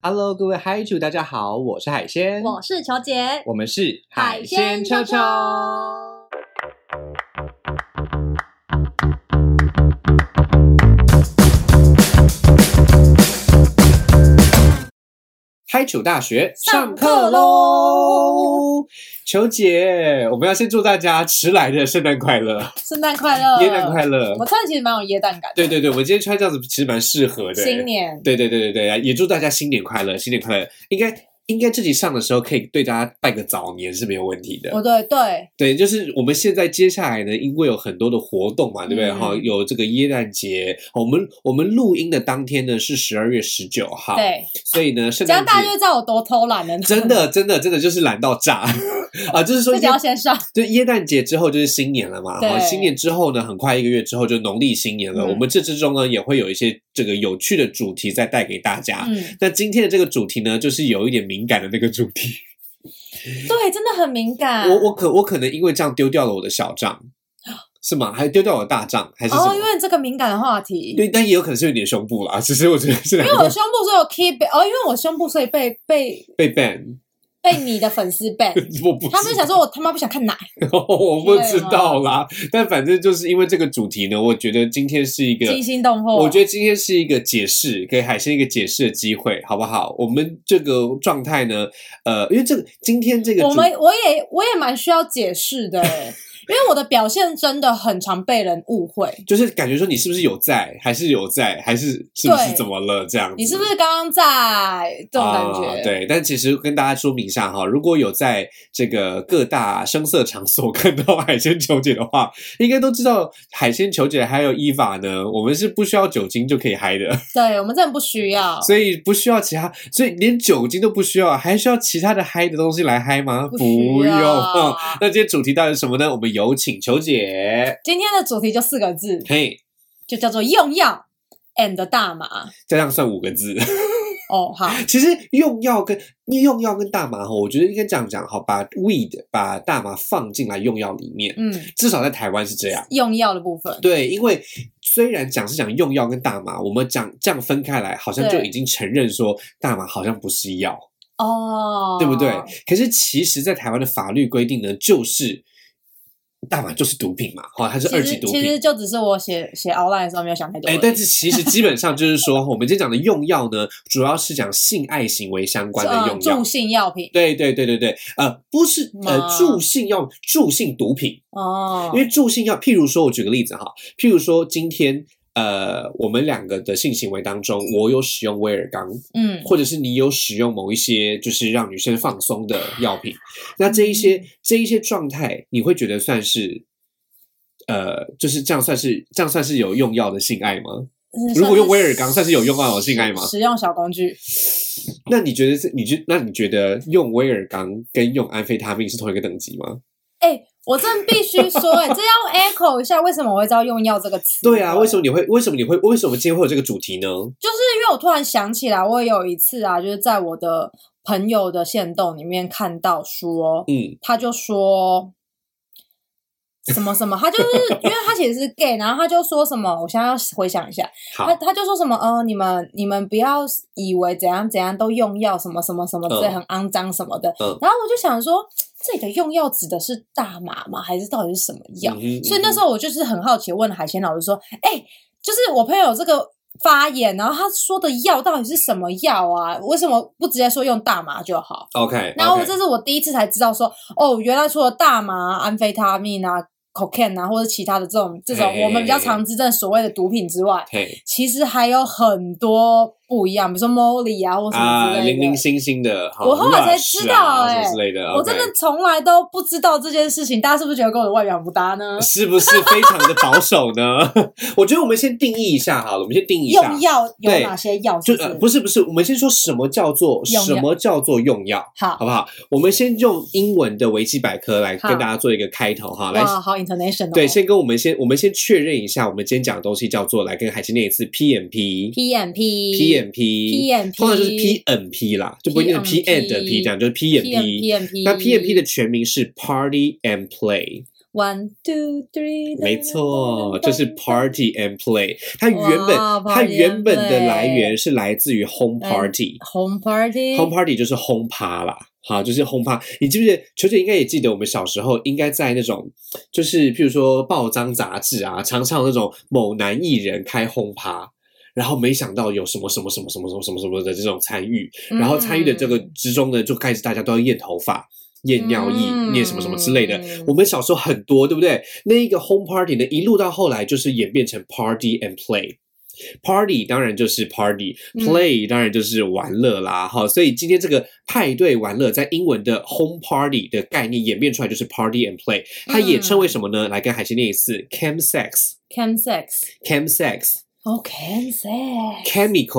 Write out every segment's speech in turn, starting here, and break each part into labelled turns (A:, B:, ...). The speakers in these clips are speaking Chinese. A: Hello，各位嗨主，大家好，我是海鲜，
B: 我是球姐，
A: 我们是
B: 海鲜秋秋。
A: 嗨主大学
B: 上课喽！
A: 球姐，我们要先祝大家迟来的圣诞快乐，
B: 圣诞快乐，
A: 耶诞快乐！
B: 呃我穿的其实蛮有耶诞感的。
A: 对对对，我今天穿这样子其实蛮适合的。
B: 新年
A: 对对对对对，也祝大家新年快乐，新年快乐！应该应该这集上的时候可以对大家拜个早年是没有问题的。
B: 哦对对，
A: 对，就是我们现在接下来呢，因为有很多的活动嘛，对不对？
B: 嗯
A: 哈、有这个耶诞节，我们我们录音的当天呢是十二月十九号，，
B: 对，
A: 所以呢，圣
B: 这样
A: 诞节
B: 大家就知道我多偷懒了。
A: 真，的真的真的就是懒到炸啊！就是说
B: 自
A: 耶，
B: 己要先上。
A: 就耶诞节之后就是新年了嘛，
B: 对
A: 哈，新年之后呢，很快一个月之后就农历新年了。
B: 嗯
A: 我们这之中呢也会有一些这个有趣的主题再带给大家。
B: 嗯，
A: 那今天的这个主题呢，就是有一点敏感的那个主题。
B: 对，真的很敏感。
A: 我我可我可能因为这样丢掉了我的小 账，是吗？还丢掉我的大账还是什么？
B: 哦，因为这个敏感的话题，
A: 对，但也有可能是有点胸部啦。其实我觉得这两
B: 因为我
A: 个
B: 胸部所有 keep 被哦，因为我胸部所以被被
A: 被 ban，
B: 被你的粉丝 ban，
A: 我 不
B: 他们就
A: 知
B: 想说我他妈不想啊看奶。
A: 道 我不知道啦。但反正就是因为这个主题呢，我觉得今天是一个
B: 惊心动魄。
A: 我觉得今天是一个解释，给海鲜一个解释的机会，好不好？我们这个状态呢，呃，因为这个今天这个
B: 我
A: 主
B: 们我也我也蛮需要解释 的欸，因为我的表现真的很常被人误会。
A: 就是感觉说你是不是有在，还是有在，还是是不是
B: 对
A: 怎么了这样子？
B: 你是不是刚刚在这种感觉？
A: 啊。对，但其实跟大家说明一下哈，如果有在这个各大声色场所 看到海鲜球姐的话，应该都知道海鲜球姐还有伊法呢，我们是不需要酒精就可以嗨的，
B: 对我们真的不需要，
A: 所以不需要其他，所以连酒精都不需要，还需要其他的嗨的东西来嗨吗？
B: 不
A: 不
B: 需
A: 用。
B: 要
A: 嗯那今天主题到底是什么呢？我们有请球姐，
B: 今天的主题就四个字，
A: 嘿，
B: 就叫做用药 and 大麻。
A: 这样算五个字。
B: 哦， 好，
A: 其实用药跟用药跟大麻哈，我觉得应该这样讲哈，把 weed 把大麻放进来用药里面，
B: 嗯，
A: 至少在台湾是这样。
B: 用药的部分，
A: 对，因为虽然讲是讲用药跟大麻，我们讲这样分开来，好像就
B: 对
A: 已经承认说大麻好像不是药，
B: 哦，
A: 对不对？可是其实，在台湾的法律规定呢，就是大麻就是毒品嘛，哈、它是
B: 其
A: 二级
B: 实
A: 毒
B: 其
A: 品
B: 实。就只是我写写 outline 的时候没有想太多而已，
A: 哎，但是其实基本上就是说，我们今天讲的用药呢，主要是讲性爱行为相关的
B: 呃
A: 用药，
B: 助性药品
A: 对对对对对，呃，不是呃
B: 吗
A: 助性药助性毒品，
B: 哦，
A: 因为助性药，譬如说，我举个例子哈，譬如说今天呃我们两个的性行为当中，我有使用威尔刚，
B: 嗯，
A: 或者是你有使用某一些就是让女生放松的药品，那这一些、
B: 嗯
A: 这一些状态，你会觉得算是呃，就是这样算是这样算是有用药的性爱吗？如果用威尔刚算是有用药的性爱吗
B: 使用小工具，
A: 那你觉得是你觉那你觉得用威尔刚跟用安非他命是同一个等级吗？
B: 哎、我真的必须说、哎，这要 echo 一下，为什么我会知道“用药”这个词？
A: 对 啊，为什么你会？为什么你会？为什么今天会有这个主题呢？
B: 就是因为我突然想起来，我有一次啊，就是在我的朋友的线动里面看到说，
A: 嗯，
B: 他就说什么什么，他就是 因为他其实是 gay，然后他就说什么，我现在要回想一下，他
A: 好，
B: 他就说什么，呃，你们你们不要以为怎样怎样都用药什么什么什么之类
A: 嗯
B: 很肮脏什么的，
A: 嗯
B: 然后我就想说，这里的用药指的是大麻吗？还是到底是什么药？
A: 嗯哼
B: 所以那时候我就是很好奇，问海鲜老师说：“哎、就是我朋友有这个发言，然后他说的药到底是什么药啊？为什么不直接说用大麻就好
A: OK，？”
B: 然后我
A: OK
B: 这是我第一次才知道说，哦，原来除了大麻、安非他命啊、cocaine 啊，或者其他的这种这
A: 嘿嘿
B: 种
A: 嘿
B: 我们比较常知正所谓的毒品之外，
A: 嘿
B: 其实还有很多不一样，比如说 Molly 啊，或什么
A: 啊，
B: 之类
A: 零
B: 的。
A: 零星星的，好
B: 我后来才
A: Rush
B: 知道
A: 啊
B: 欸
A: 什么之类的，
B: 我真的。从来都不知道这件事情，大家是不是觉得跟我的外表不搭呢？
A: 是不是非常的保守呢？ 我觉得我们先定义一下好了，我们先定义一下
B: 用，药有
A: 对
B: 哪些药
A: 就是呃
B: 是？
A: 不是不是，我们先说什么叫做
B: 用药
A: 什么叫做用药，
B: 好
A: 好，不好？我们先用英文的维基百科来
B: 好
A: 跟大家做一个开头哈，来
B: 哇，好 international，
A: 对，先跟我们先我们先确认一下，我们今天讲的东西叫做来跟海清念一次 PMP。
B: PMP
A: PMP
B: PMP
A: 通常就是 PMP 啦，就不一定是 P and P 这样，就是 PMP。
B: PMP，嗯
A: 那 PMP 的全名是 Party and Play，
B: One two three，
A: 没错，这是 party and play。它原本
B: 哇
A: 它
B: party and
A: 原本的
B: play
A: 来源是来自于 home party。
B: home party。
A: home party 就是轰趴啦，好，就是轰趴。你记不记得？球姐应该也记得，我们小时候应该在那种，就是譬如说报章杂志啊，常常有那种某男艺人开轰趴。然后没想到有什么什么什么什么什么什么什么的这种参与，
B: 嗯
A: 然后参与的这个之中呢，就开始大家都要验头发、验尿液、
B: 嗯
A: 验什么什么之类的。我们小时候很多，对不对？那一个 home party 呢，一路到后来就是演变成 party and play。Party 当然就是
B: 嗯
A: party，play 当然就是玩乐啦，哈、所以今天这个派对玩乐在英文的 home party 的概念演变出来就是 party and play，它
B: 嗯
A: 也称为什么呢？来跟海星念一次 chem sex，chem
B: cam sex，
A: sex，chemical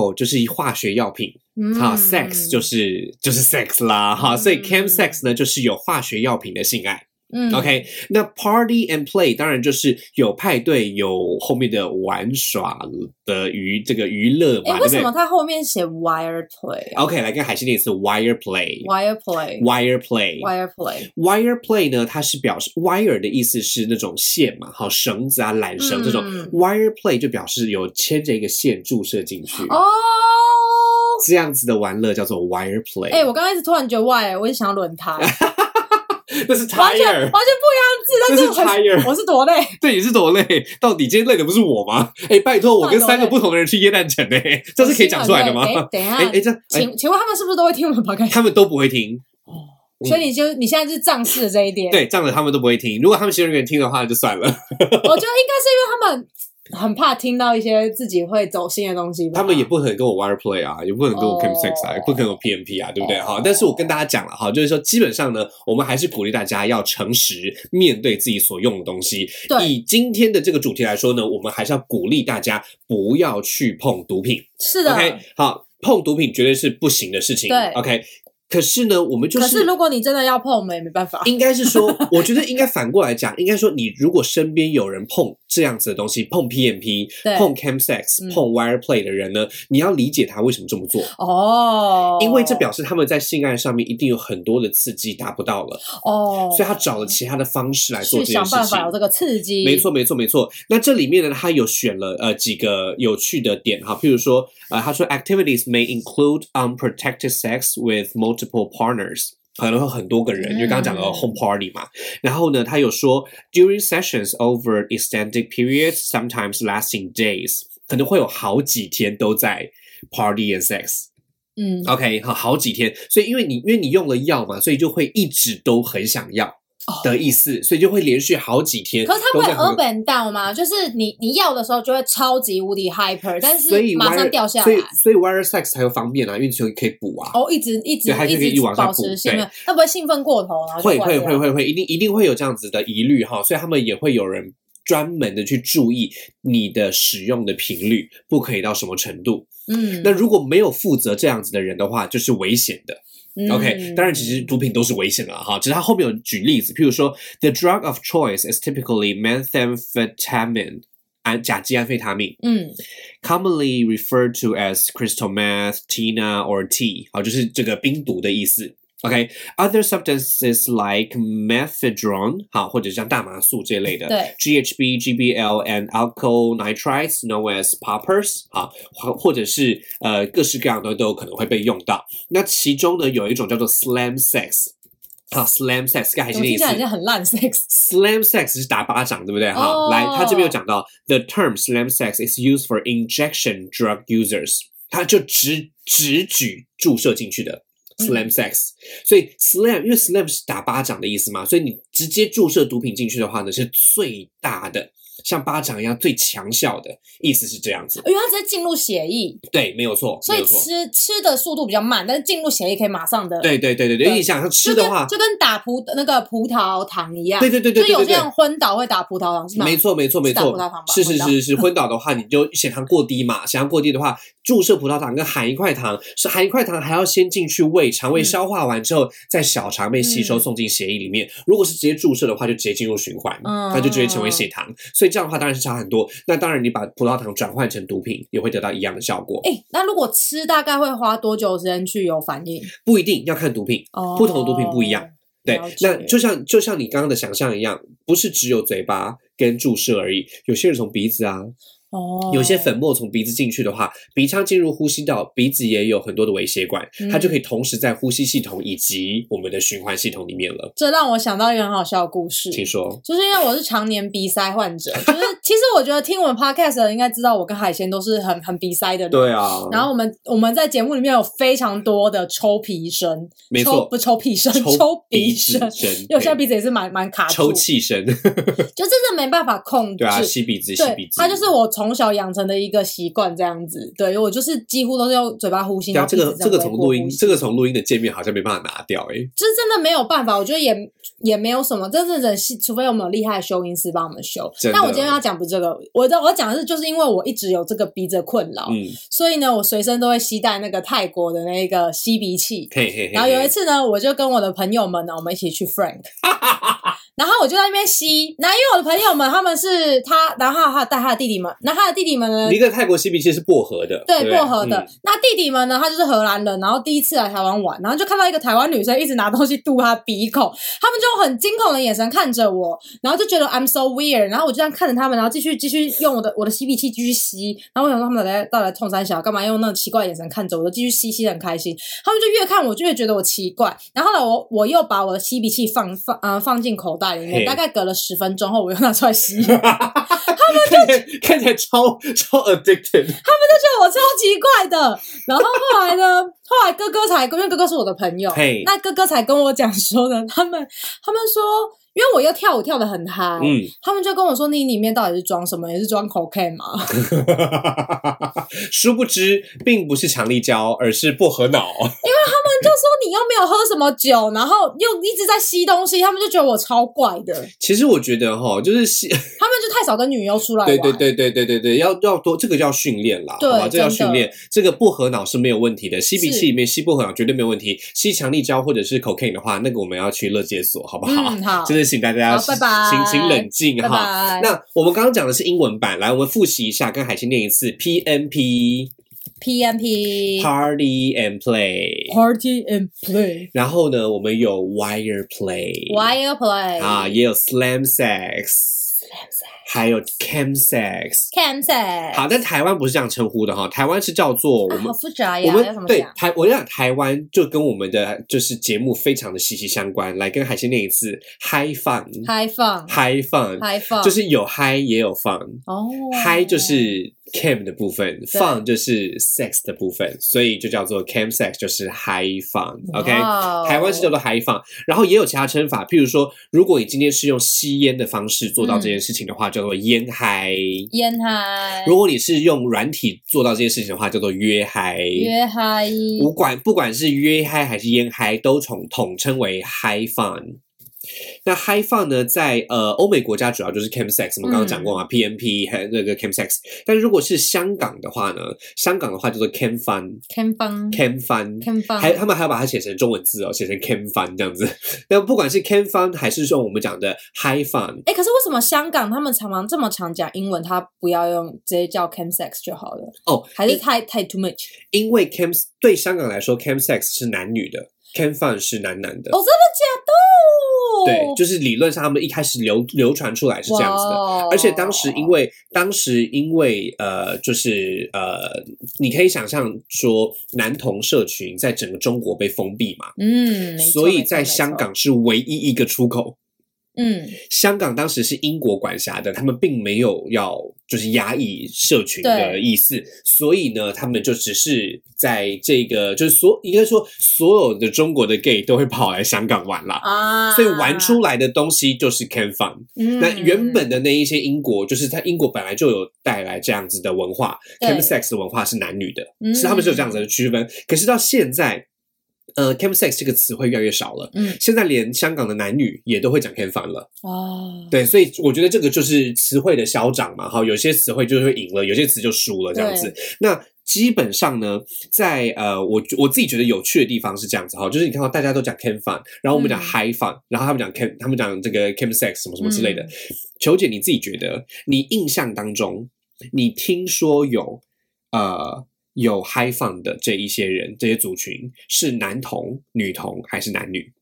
B: 哦 cam sex，
A: 就是化学药品，
B: 嗯
A: 好、s e x 就是就是 sex 啦，哈，所以
B: 嗯
A: chem sex 呢就是有化学药品的性爱。
B: 嗯
A: OK，那 party and play 当然就是有派对，有后面的玩耍的娱这个娱乐嘛，
B: 哎，
A: 对
B: 为
A: 不对哦
B: 什么它后面写 wire play？
A: ？OK，来跟海星念一次 wire play，wire
B: wire play
A: play。
B: wire play，
A: Wire play 呢，它是表示 wire 的意思是那种线嘛，好绳子啊、缆绳这种。
B: 嗯
A: Wire play 就表示有牵着一个线注射进去，
B: 哦，
A: 这样子的玩乐叫做 wire play。
B: 哎，我刚开始突然觉得 wire，我就想要轮胎，完全
A: 那是
B: 完全不一
A: tire，
B: 样
A: 那
B: 的
A: 是
B: 字，但是
A: tire。
B: 我是多累，
A: 对，你是多累？到底今天累的不是我吗？哎，拜托，我跟三个不同的人去耶诞城哎、这是可以讲出来的吗？
B: 哎，等一下
A: 哎，哎，这哎，
B: 请请问他们是不是都会听我们 p o d c
A: 他们都不会听，嗯
B: 所以你就你现在是仗势这一点，
A: 对，这样的他们都不会听。如果他们行政人员听的话，就算
B: 啊
A: 了，
B: 我觉得应该是因为他们很怕听到一些自己会走心的东西吧。
A: 他们也不可能跟我 wire play 啊，也不可能跟我
B: 哦
A: chem sex 啊，也不可能跟我 PMP 啊，对不对？
B: 哦
A: 好，但是我跟大家讲了哈，就是说，基本上呢，我们还是鼓励大家要诚实面对自己所用的东西，
B: 对，
A: 以今天的这个主题来说呢，我们还是要鼓励大家不要去碰毒品。
B: 是的。
A: OK，好，碰毒品绝对是不行的事情。
B: 对
A: ，OK。可是呢，我们就
B: 可
A: 是
B: 是如果你真的要碰，我们也没办 法。
A: 应该是说，我觉得应该反过来讲，应该说，你如果身边有人碰这样子的东西，碰 PMP、
B: 对
A: 碰 Cam Sex、
B: 嗯
A: 碰 Wire Play 的人呢，你要理解他为什么这么做。
B: 哦，
A: 因为这表示他们在性爱上面一定有很多的刺激达不到了，
B: 哦，
A: 所以他找了其他的方式来做这件
B: 去想
A: 事
B: 办
A: 情
B: 法。有这个刺激，
A: 没错，没错，没错。那这里面呢，他有选了呃几个有趣的点哈，譬如说，呃，他说 activities may include unprotected sex with multiple partners。可能会很多个人，因为刚刚讲了
B: 嗯
A: home party 嘛。然后呢，他有说，during sessions over extended periods, sometimes lasting days，可能会有好几天都在 party and sex。
B: 嗯，
A: OK，好，好几天，所以因为你因为你用了药嘛，所以就会一直都很想要的意思，所以就会连续好几天。
B: 哦可是它不会
A: 都在很
B: up and down 吗？就是你你要的时候就会超级无敌 hyper，但
A: 所
B: 是
A: 以
B: 马
A: wire-
B: 上掉下
A: 所以
B: 来。
A: 所以 wire sex 才会方便啊，因为球可以补啊。
B: 哦，一直一直
A: 对它就可以一
B: 直
A: 直往下
B: 保
A: 补
B: 持兴
A: 对
B: 奋，会不会兴奋过头然后就
A: 会
B: 坏
A: 会
B: 掉
A: 会会会，一定一定会有这样子的疑虑哈，所以他们也会有人专门的去注意你的使用的频率，不可以到什么程度。
B: 嗯
A: 那如果没有负责这样子的人的话，就是危险的。
B: 嗯
A: OK，当然，其实毒品都是危险的啦哈，只是他后面有举例子，譬如说，the drug of choice is typically methamphetamine，安甲基安非他命
B: 嗯
A: ，commonly referred to as crystal meth, tina or T，好，就是这个冰毒的意思。OK，other、substances like methadone，好，或者像大麻素这类的，
B: 对
A: GHB、GBL and alcohol nitrites known as poppers 啊，或或者是呃各式各样的东西都有可能会被用到。那其中呢，有一种叫做 slam sex 啊，slam sex 该还是
B: 怎
A: 那
B: 么听
A: 意
B: 起
A: 思
B: 来好像很烂 sex？
A: Slam sex 是打巴掌，对不对？哈、
B: 哦
A: 来，他这边有讲到，the term slam sex is used for injection drug users，他就直直举注射进去的
B: 嗯
A: slam sex，、所以 slam 因为 slam 是打巴掌的意思嘛，所以你直接注射毒品进去的话呢，是最大的，像巴掌一样最强效的意思是这样子。
B: 因为它直接进入血液，
A: 对，没有错，
B: 所
A: 没
B: 以
A: 有错。
B: 吃吃的速度比较慢，但是进入血液可以马上的。，
A: 对对对对对，因为你想像吃
B: 就
A: 的
B: 跟
A: 话，
B: 就跟打葡那个葡萄糖一样。
A: 对对对对对
B: 就有
A: 对
B: 些
A: 对。
B: 人昏倒会打葡萄糖，是吗？
A: 没。错，没错，没
B: 是打
A: 错
B: 葡萄糖吧，
A: 是是
B: 昏倒
A: 是是，昏倒的话，你就血糖过低嘛，血糖过低的话，注射葡萄糖跟含一块糖，是含一块糖还要先进去胃，肠胃
B: 嗯
A: 消化完之后，在小肠被吸收
B: 嗯
A: 送进血液里面。如果是直接注射的话，就直接进入循环，
B: 嗯
A: 它就直接成为血糖，所以这样的话当然是差很多。那当然，你把葡萄糖转换成毒品，也会得到一样的效果，
B: 哎、那如果吃大概会花多久时间去有反应？
A: 不一定要看毒品，
B: 哦，
A: 不同的毒品不一样。对
B: 了，解
A: 那就像就像你刚刚的想象一样，不是只有嘴巴跟注射而已，有些人从鼻子啊，
B: 哦，
A: 有些粉末从鼻子进去的话，鼻腔进入呼吸道，鼻子也有很多的微血管，
B: 嗯
A: 它就可以同时在呼吸系统以及我们的循环系统里面了。
B: 这让我想到一个很好笑的故事，
A: 请说，
B: 就是因为我是常年鼻塞患 者，就是其实我觉得听我们 podcast 的人应该知道，我跟海鲜都是很很鼻塞的人。
A: 对啊，
B: 然后我们我们在节目里面有非常多的抽皮声，
A: 没
B: 抽
A: 错
B: 不抽皮声，
A: 抽
B: 抽鼻
A: 子
B: 声，
A: 声，
B: 因为我现在
A: 对
B: 鼻子也是蛮蛮卡住
A: 抽，气 声，
B: 就真的没办法控制。
A: 对啊，吸鼻子，吸鼻
B: 对
A: 子，，
B: 它就是我从小养成的一个习惯，这样子。对我就是几乎都是用嘴巴呼吸，
A: 对
B: 然
A: 啊，
B: 后
A: 这
B: 鼻
A: 个
B: 子
A: 这个从
B: 微波
A: 录音
B: 呼，吸
A: 这个从录音的界面好像没办法拿掉哎、欸
B: 这真的没有办法，我觉得也也没有什么，真正的是除非我们有厉害的修音师帮我们修
A: 真。的
B: 但我今天要讲不是这个，我的我要讲的是，就是因为我一直有这个鼻子的困扰，
A: 嗯，
B: 所以呢，我随身都会携带那个泰国的那个吸鼻器。
A: 嘿嘿嘿。
B: 然后有一
A: 次，
B: 次呢，我就跟我的朋友们呢，我们一起去 Frank，然后我就在那边吸。那因为我的朋友们他们是他，然后还有带他的弟弟们，那他的弟弟们呢
A: 你，一个泰国吸鼻器是薄荷的，
B: 对
A: 不
B: 薄荷的、
A: 嗯
B: 那弟弟们呢，他就是荷兰人，然后第一次来台湾玩，然后就看到一个台湾女生一直拿东西堵她鼻孔，他们就用很惊恐的眼神看着我，然后就觉得 I'm so weird，然后我就这样看着他们，然后继续继续用我的我的吸鼻器继续吸，然后我想说他们到底在到底在痛三小，干嘛用那种奇怪的眼神看着我，我就继续吸吸的很开心，他们就越看我就越觉得我奇怪，然后后来我我又把我的吸鼻器放放呃放进口袋里面，
A: 嘿
B: 大概隔了十分钟后，我又拿出来吸。
A: 看起来看起来超超 addicted，
B: 对我超奇怪的。然后后来呢，后来哥哥才，因为哥哥是我的朋友
A: 嘿
B: 那哥哥才跟我讲说呢，他们他们说，因为我又跳舞跳的很嗨、
A: 嗯，
B: 他们就跟我说你里面到底是装什么？也是装 cocaine 吗？
A: 殊不知并不是强力胶，而是薄荷脑。
B: 他们就说你又没有喝什么酒，然后又一直在吸东西，他们就觉得我超怪的，
A: 其实我觉得哈，就是 吸，
B: 他们就太少跟女优出来玩。
A: 对对对对对对对，要要多这个叫训练啦，
B: 对
A: 好吧，这叫
B: 真的
A: 训练。这个薄荷脑是没有问题的，吸鼻
B: 是
A: 器里面吸薄荷脑绝对没有问题。吸强力胶或者是 cocaine 的话，那个我们要去乐界所，好不好？
B: 嗯，好，
A: 真的请大家
B: 好拜拜
A: 请请冷静
B: 拜
A: 哈。
B: 拜。
A: 那我们刚刚讲的是英文版，来我们复习一下，跟海星念一次 P N P
B: PMP
A: Party and Play。
B: Party and Play
A: 然后呢，我们有 Wire Play，
B: Wire Play
A: 啊，也有 Slam Sex，还有 Cam Sex。
B: Cam Set
A: 好，但台湾不是这样称呼的哈，台湾是叫做我
B: 啊，
A: 们
B: 好复杂
A: 我
B: 呀，要怎
A: 们
B: 么
A: 对
B: 讲？
A: 台，我讲台湾就跟我们的就是节目非常的息息相关。来跟海鲜念一次，Hi fun，Hi
B: 开放，
A: fun，
B: 开放，
A: 就是有 Hi 也有 fun。
B: 哦
A: Hi 就是 cam 的部分，fun 就是 sex 的部分，所以就叫做 cam sex，就是 high fun。OK，
B: 哇哦
A: 台湾是叫做 high fun，然后也有其他称法，譬如说，如果你今天是用吸烟的方式做到这件事情的话，叫做烟嗨；
B: 烟嗨，
A: 如果你是用软体做到这件事情的话，叫做约嗨。
B: 约嗨，
A: 不管不管是约嗨还是烟嗨，都统统称为嗨 fun。那嗨 fun 呢，在呃欧美国家主要就是 cam sex，我们刚刚讲过
B: 嗯
A: 嘛、p n p 还有那个 cam sex。但如果是香港的话呢，香港的话叫做 cam fun，cam
B: 看房，
A: fun。
B: 看房，
A: 还他们还要把它写成中文字哦，写成 cam fun 这样子。那不管是 cam fun 还是用我们讲的 high fun，
B: 哎，可是为什么香港他们常常这么常讲英文，他不要用直接叫 cam sex 就好了？
A: 哦，
B: 还是太太 too much？
A: 因为 cam 对香港来说 cam sex 是男女的，cam fun 是男男的。
B: 哦，真的假的？
A: 对，就是理论上他们一开始流流传出来是这样子的。
B: 哇哦
A: 而且当时因为当时因为呃，就是呃，你可以想象说，男童社群在整个中国被封闭嘛，
B: 嗯，没错
A: 所以
B: 没错
A: 在
B: 没
A: 香
B: 错
A: 港是唯一一个出口。
B: 嗯，
A: 香港当时是英国管辖的，他们并没有要就是压抑社群的
B: 对
A: 意思，所以呢，他们就只是在这个就是所应该说所有的中国的 gay 都会跑来香港玩啦。
B: 啊，
A: 所以玩出来的东西就是 can fun，
B: 嗯，
A: 那原本的那一些英国，就是在英国本来就有带来这样子的文化
B: 对
A: ，cam sex 的文化是男女的，
B: 嗯
A: 是他们是有这样子的区分。可是到现在，呃，cam sex 这个词汇越来越少了。
B: 嗯
A: 现在连香港的男女也都会讲 can fun 了，
B: 啊，
A: 对，所以我觉得这个就是词汇的消长嘛，哈，有些词汇就会赢了，有些词就输了这样子。那基本上呢，在呃，我我自己觉得有趣的地方是这样子哈，就是你看到大家都讲 can fun，然后我们讲
B: 嗯
A: high fun，、然后他们讲 can，他们讲这个 cam sex 什么什么之类的，
B: 嗯
A: 球姐，你自己觉得，你印象当中，你听说有呃有嗨放的这一些人，这些族群是男同、女同还是男女？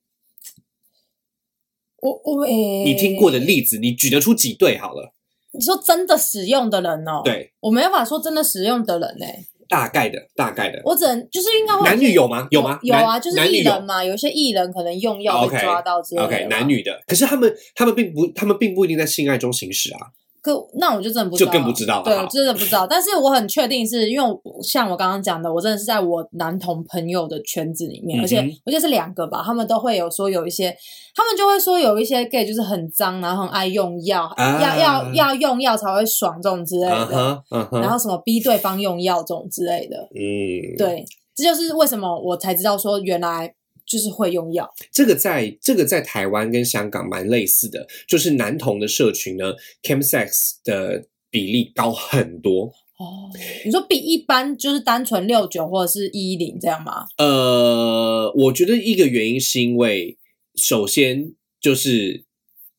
B: 我我诶，
A: 你听过的例子，你举得出几对好了？
B: 你说真的使用的人哦，，
A: 对，
B: 我没办法说真的使用的人呢、欸
A: 大概的，大概的。
B: 我只能就是应该会
A: 男女有吗？有吗？
B: 有啊，
A: 男
B: 就
A: 男
B: 是
A: 女
B: 艺
A: 有哦
B: 人嘛，有一些艺人可能用药被
A: OK，
B: 抓到之类的吧。啊
A: OK，男女的，可是他们他们并不他们并不一定在性爱中行使啊。
B: 可那我就真的不知道，
A: 就更不知道了
B: 对，
A: 好
B: 我真的不知道。但是我很确定是，因为我像我刚刚讲的，我真的是在我男同朋友的圈子里面，
A: 嗯哼
B: 而且我觉得是两个吧，他们都会有说有一些，他们就会说有一些 gay 就是很脏，然后很爱用药，
A: 啊
B: 要要要用药才会爽这种之类
A: 嗯
B: 的，
A: 哼，嗯
B: 然
A: 哼，
B: 后什么逼对方用药这种之类的。
A: 嗯，
B: 对，这就是为什么我才知道说原来就是会用药。
A: 这个在这个在台湾跟香港蛮类似的，就是男童的社群呢，chemsex 的比例高很多。
B: 哦，你说比一般就是单纯六九或者是一零这样吗？
A: 呃，我觉得一个原因是因为，首先就是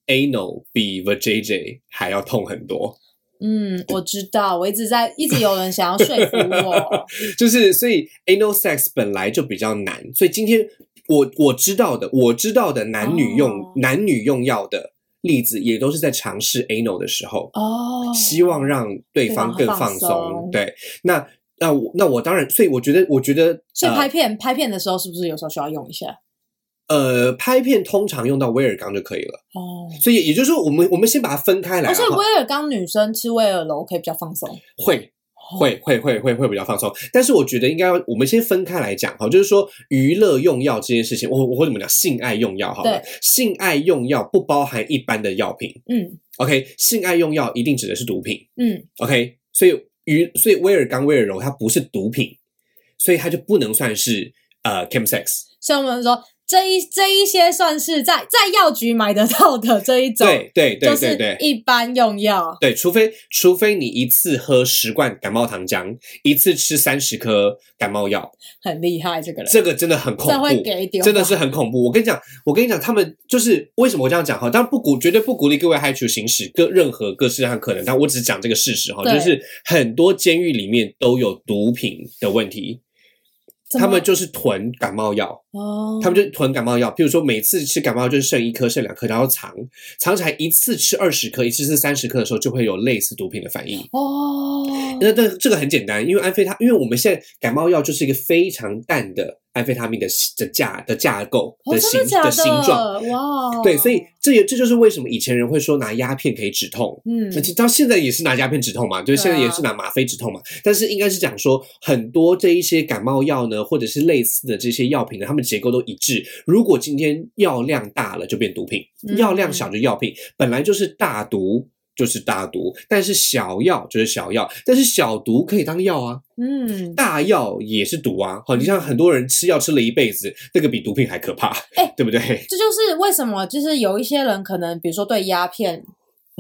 A: anal 比 vajayjay 还要痛很多，
B: 嗯，我知道，我一直在，一直有人想要说服 我。哦
A: 就是所以 anal sex 本来就比较难，所以今天我我知道的，我知道的男女用、
B: 哦
A: 男女用药的例子，也都是在尝试 anal 的时候。
B: 哦，
A: 希望让对方更放
B: 对方放
A: 松
B: 松。
A: 对，那那我那我当然，所以我觉得，我觉得，
B: 所以拍
A: 呃哦
B: 片、拍片的时候，是不是有时候需要用一下？
A: 呃，拍片通常用到威尔刚就可以了。
B: 哦，
A: 所以也就是说，我们我们先把它分开来
B: 而
A: 啊，
B: 且
A: 哈
B: 哦威尔刚女生吃威尔柔可以比较放松。
A: 会。哦会会会会会比较放松，但是我觉得应该要我们先分开来讲哈，就是说娱乐用药这件事情，我我会怎么讲？性爱用药好了
B: 对，
A: 性爱用药不包含一般的药品
B: 嗯
A: ，OK？性爱用药一定指的是毒品，
B: 嗯，
A: OK，所以于所以威尔刚、威尔柔它不是毒品，所以它就不能算是呃 chemsex。
B: 所以我们说这一这一些算是在在药局买得到的这一种，
A: 对对对
B: 就
A: 对
B: 是
A: 对。
B: 一般用药。
A: 对，除非除非你一次喝十罐感冒糖浆，一次吃三十颗感冒药，
B: 很厉害，这个人
A: 这个真的很恐
B: 这会
A: 怖，
B: 给丢，
A: 真的是很恐怖。我跟你讲，我跟你讲，他们就是为什么我这样讲哈？当然不鼓，绝对不鼓励各位害群行使各任何各式各样的可能，但我只是讲这个事实哈，
B: 对
A: 就是很多监狱里面都有毒品的问题，
B: 怎么
A: 他们就是囤感冒药。
B: 哦，
A: 他们就囤感冒药，譬如说每次吃感冒药就是剩一颗、剩两颗，然后藏藏起来一次吃二十颗，一次吃三十颗的时候，就会有类似毒品的反应。
B: 哦，
A: 那这这个很简单，因为安非他，因为我们现在感冒药就是一个非常淡的安非他命的的架的架构
B: 哦，
A: 形、
B: 真的假
A: 的形状。
B: 哇，
A: 对，所以这也这就是为什么以前人会说拿鸦片可以止痛，
B: 嗯
A: 那，到现在也是拿鸦片止痛嘛，就是现
B: 对啊
A: 在也是拿吗啡止痛嘛，但是应该是讲说很多这一些感冒药呢，或者是类似的这些药品呢，它们结构都一致。如果今天药量大了就变毒品，
B: 嗯
A: 药量小就药品，本来就是大毒。就是大毒，但是小药就是小药，但是小毒可以当药啊，
B: 嗯，
A: 大药也是毒啊。好，你像很多人吃药吃了一辈子，那个比毒品还可怕，
B: 哎
A: 对不对？
B: 这就是为什么，就是有一些人可能，比如说对鸦片，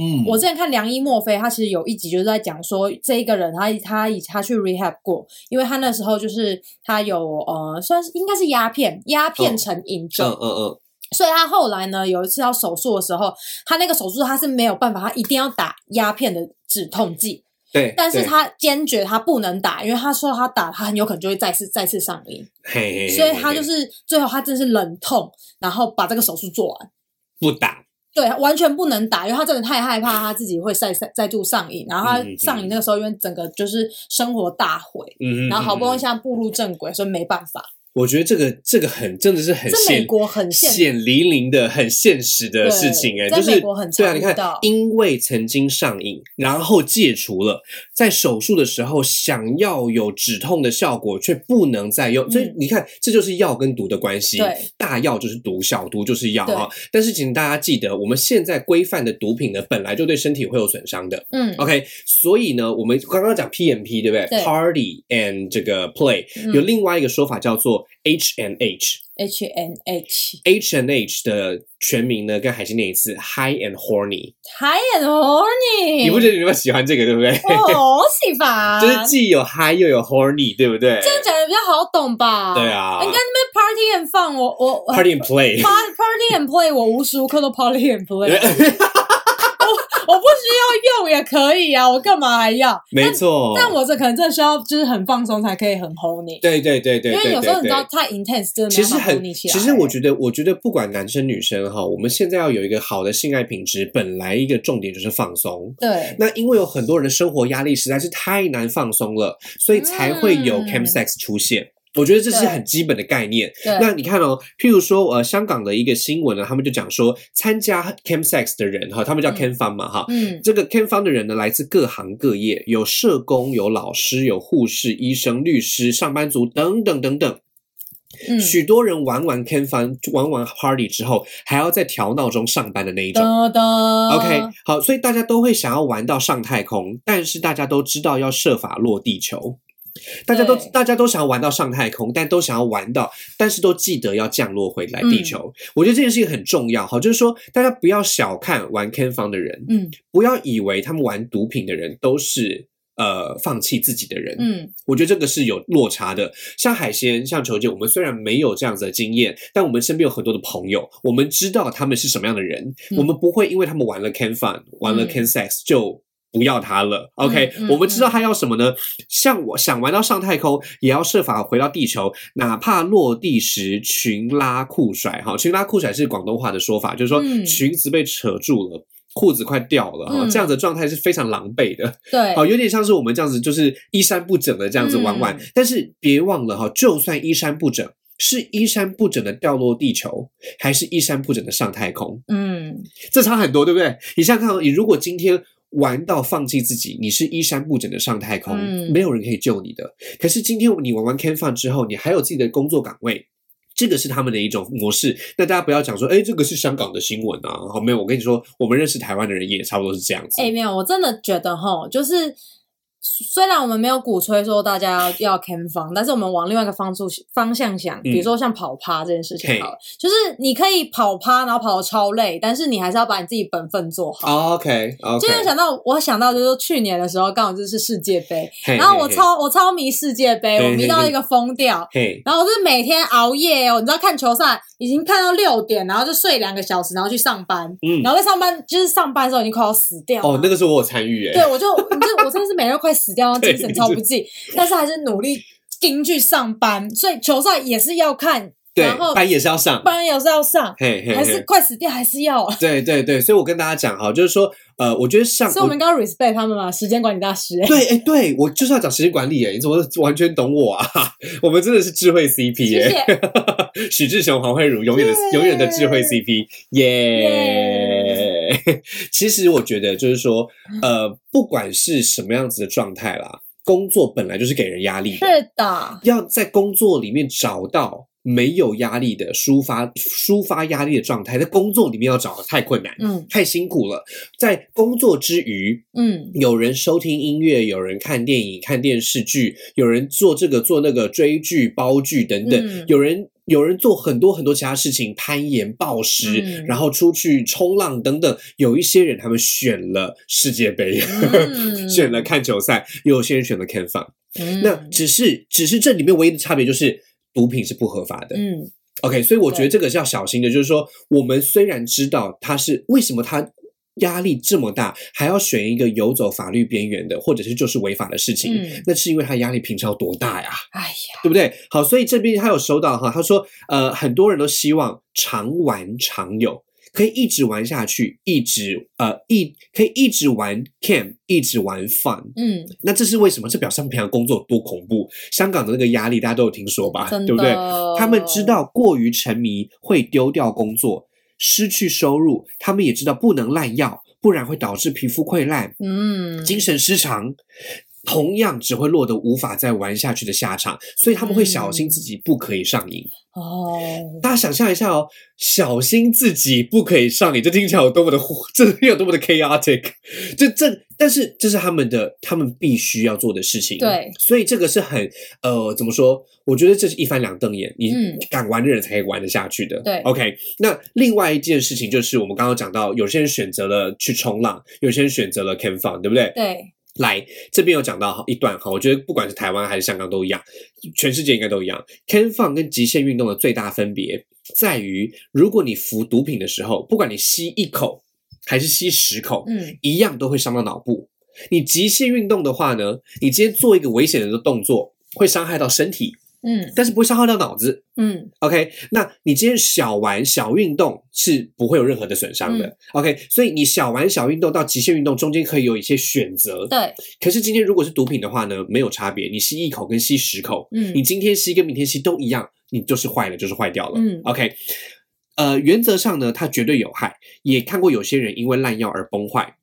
A: 嗯
B: 我之前看梁一墨菲，他其实有一集就是在讲说，这一个人他他以他去 rehab 过，因为他那时候就是他有呃，算是应该是鸦片，鸦片成瘾症，
A: 嗯嗯嗯，
B: 所以他后来呢，有一次要手术的时候，他那个手术他是没有办法，他一定要打鸦片的止痛剂，
A: 对。
B: 但是
A: 对
B: 他坚决他不能打，因为他说他打他很有可能就会再次再次上瘾，
A: 嘿嘿嘿
B: 所以他
A: 嘿
B: 就
A: 嘿
B: 是最后他真是忍痛，然后把这个手术做完。
A: 不打，
B: 对，完全不能打，因为他真的太害怕他自己会再再再度上瘾，然后他
A: 嗯嗯嗯
B: 上瘾那个时候，因为整个就是生活大毁，
A: 嗯嗯，
B: 然后好不容
A: 嗯
B: 易
A: 嗯
B: 现在步入正轨，所以没办法。
A: 我觉得这个这个很真的是很
B: 这美
A: 现
B: 国很现，
A: 显离零的、很现实的事情哎、
B: 对
A: 就
B: 在美
A: 是
B: 国很常
A: 对啊，你看
B: 遇到，
A: 因为曾经上瘾，然后戒除了，在手术的时候想要有止痛的效果，却不能再用，
B: 嗯
A: 所以你看，这就是药跟毒的关系
B: 对。
A: 大药就是毒，小毒就是药
B: 对
A: 啊。但是请大家记得，我们现在规范的毒品呢，本来就对身体会有损伤的。
B: 嗯，
A: OK，所以呢，我们刚刚讲 PMP 对不对
B: 对
A: p a r t y and 这个 play，、
B: 嗯
A: 有另外一个说法叫做 H and H。
B: H N H
A: H and H 的全名呢，跟海星念一次，High and Horny。
B: High and horny，
A: 你不觉得你们喜欢这个对不对？
B: 我哦好 喜欢，
A: 就是既有 High 又有 Horny，对不对
B: 这样啊讲的比较好懂吧？
A: 对啊
B: 你看那边 party and fun，我我 我
A: ？Party and Play。
B: party and play，我无时无刻都 party and play，我不需要用也可以啊，我干嘛还要？
A: 没错。
B: 但我这可能真的需要，就是很放松才可以很 hold 你。
A: 对对对对，
B: 因为有时候你知道
A: 对对对
B: 太 intense 真的
A: 其
B: 没
A: 实
B: 办法 hold
A: 很，
B: 你起
A: 其
B: 来。
A: 实我觉得，我觉得不管男生女生哈，我们现在要有一个好的性爱品质，本来一个重点就是放松。
B: 对，
A: 那因为有很多人的生活压力实在是太难放松了，所以才会有
B: 嗯
A: cam sex 出现。我觉得这是很基本的概念。
B: 对
A: 那你看哦，譬如说，呃，香港的一个新闻呢，啊他们就讲说，参加 cam sex 的人哈，他们叫
B: 嗯
A: cam fun 嘛哈，
B: 嗯
A: 这个 Can Fund 的人呢，来自各行各业，有社工、有老师、有护士、医生、律师、上班族等等等等。
B: 嗯，
A: 许多人玩完 Can Fund、玩完 Party 之后，还要再调闹钟上班的那一种。
B: 噔噔
A: OK，好，所以大家都会想要玩到上太空，但是大家都知道要设法落地球。大家都
B: 对
A: 大家都想要玩到上太空，但都想要玩到，但是都记得要降落回来地球。
B: 嗯
A: 我觉得这件事情很重要，好，就是说大家不要小看玩 Can Fund 的人，
B: 嗯
A: 不要以为他们玩毒品的人都是呃放弃自己的人，，
B: 嗯，
A: 我觉得这个是有落差的。像海鲜，像球姐，我们虽然没有这样子的经验，但我们身边有很多的朋友，我们知道他们是什么样的人，
B: 嗯
A: 我们不会因为他们玩了 can fun，玩了
B: 嗯
A: can sex 就。不要他了，OK，、
B: 嗯嗯
A: 我们知道他要什么呢？像我想玩到上太空，也要设法回到地球，哪怕落地时裙拉裤甩，哈，裙拉裤甩是广东话的说法，就是说
B: 嗯
A: 裙子被扯住了，裤子快掉了，哈、
B: 嗯
A: 这样子的状态是非常狼狈的。
B: 对
A: 哦，，有点像是我们这样子，就是衣衫不整的这样子玩玩。
B: 嗯
A: 但是别忘了哈，就算衣衫不整，是衣衫不整的掉落地球，还是衣衫不整的上太空，
B: 嗯，
A: 这差很多，对不对？你想想看哦，你如果今天。玩到放弃自己，你是衣衫不整的上太空，
B: 嗯
A: 没有人可以救你的。可是今天你玩完 Can Fun 之后，你还有自己的工作岗位，这个是他们的一种模式。那大家不要讲说，哎，这个是香港的新闻啊。好，没有，我跟你说，我们认识台湾的人也差不多是这样子。
B: 哎、没有，我真的觉得哈，就是虽然我们没有鼓吹说大家要要 can 方，但是我们往另外一个方处方向想，
A: 嗯
B: 比如说像跑趴这件事情好了，就是你可以跑趴，然后跑得超累，但是你还是要把你自己本分做好。
A: OK 哦 OK，
B: 就又想到，我想到就是去年的时候，刚好就是世界杯，
A: 嘿
B: 然后我
A: 嘿嘿
B: 超我超迷世界杯，我迷到一个疯掉，
A: 嘿，
B: 然后我是每天熬夜哦，你知道看球赛已经看到六点，然后就睡两个小时，然后去上班，
A: 嗯，
B: 然后在上班就是上班的时候已经快要死掉了
A: 哦，那个时候我有参与，哎，
B: 对，我就你这我真的是每天都快 死掉，
A: 对
B: 精神超不济，但是还是努力盯去上班，所以球赛也是要看，然后
A: 对，班也是要上
B: 不，然有时候要上，
A: 嘿嘿，
B: 还是
A: 嘿
B: 快死掉还是要 啊。
A: 对对对，所以我跟大家讲哈，就是说，呃，我觉得上，
B: 所以我们应该要 respect 他们嘛，时间管理大师、欸。
A: 对，哎，对我就是要讲时间管理，哎，你怎么完全懂我啊？ 我们真的是智慧 CP
B: 谢
A: 哎，
B: 谢，
A: 许志雄、黄慧茹永远的
B: 耶
A: 永远的智慧 CP，耶！其实我觉得就是说，呃，不管是什么样子的状态啦，工作本来就是给人压力的，
B: 是的，
A: 要在工作里面找到没有压力的抒发抒发压力的状态，在工作里面要找得太困难。
B: 嗯
A: 太辛苦了，在工作之余，
B: 嗯，
A: 有人收听音乐，有人看电影、看电视剧，有人做这个做那个追剧、煲剧等等，
B: 嗯
A: 有人有人做很多很多其他事情，攀岩、暴食，
B: 嗯
A: 然后出去冲浪等等。有一些人他们选了世界杯，
B: 嗯
A: 选了看球赛，有些人选了看放。
B: 嗯
A: 那只是只是这里面唯一的差别就是毒品是不合法的。
B: 嗯
A: OK，所以我觉得这个是要小心的，就是说我们虽然知道他是为什么他。压力这么大，还要选一个游走法律边缘的，或者是就是违法的事情，
B: 嗯
A: 那是因为他压力平常有多大呀，
B: 哎呀，
A: 对不对？好，所以这边他有收到哈，他说呃，很多人都希望常玩常有，可以一直玩下去，一直呃一可以一直玩 cam，一直玩 fun，
B: 嗯，
A: 那这是为什么？这表示他们平常工作有多恐怖。香港的那个压力，大家都有听说吧，啊
B: 真的，
A: 对不对？他们知道过于沉迷会丢掉工作，失去收入，他们也知道不能滥药，不然会导致皮肤溃烂、
B: 嗯，
A: 精神失常。同样只会落得无法再玩下去的下场，所以他们会小
B: 嗯
A: 心自己不可以上瘾。
B: 哦，
A: 大家想象一下哦，小心自己不可以上瘾，这听起来有多么的，这有多么的 chaotic，这这，但是这是他们的，他们必须要做的事情。
B: 对
A: 所以这个是很呃，怎么说？我觉得这是一翻两瞪眼，你
B: 嗯
A: 敢玩的人才可以玩得下去的。
B: 对
A: ，OK。那另外一件事情就是，我们刚刚讲到，有些人选择了去冲浪，有些人选择了 can fun，对不对？
B: 对，
A: 来，这边有讲到一段哈，我觉得不管是台湾还是香港都一样，全世界应该都一样。Can Fun 跟极限运动的最大分别在于，如果你服毒品的时候，不管你吸一口还是吸十口，
B: 嗯，
A: 一样都会伤到脑部。你极限运动的话呢，你今天做一个危险的动作，会伤害到身体，
B: 嗯
A: 但是不会伤害到脑子。
B: 嗯
A: OK，那你今天小玩小运动是不会有任何的损伤的。
B: 嗯
A: OK，所以你小玩小运动到极限运动中间可以有一些选择。
B: 对，
A: 可是今天如果是毒品的话呢，没有差别，你吸一口跟吸十口，
B: 嗯
A: 你今天吸跟明天吸都一样，你就是坏了，就是坏掉了。
B: 嗯
A: OK，呃，原则上呢，它绝对有害，也看过有些人因为滥药而崩坏。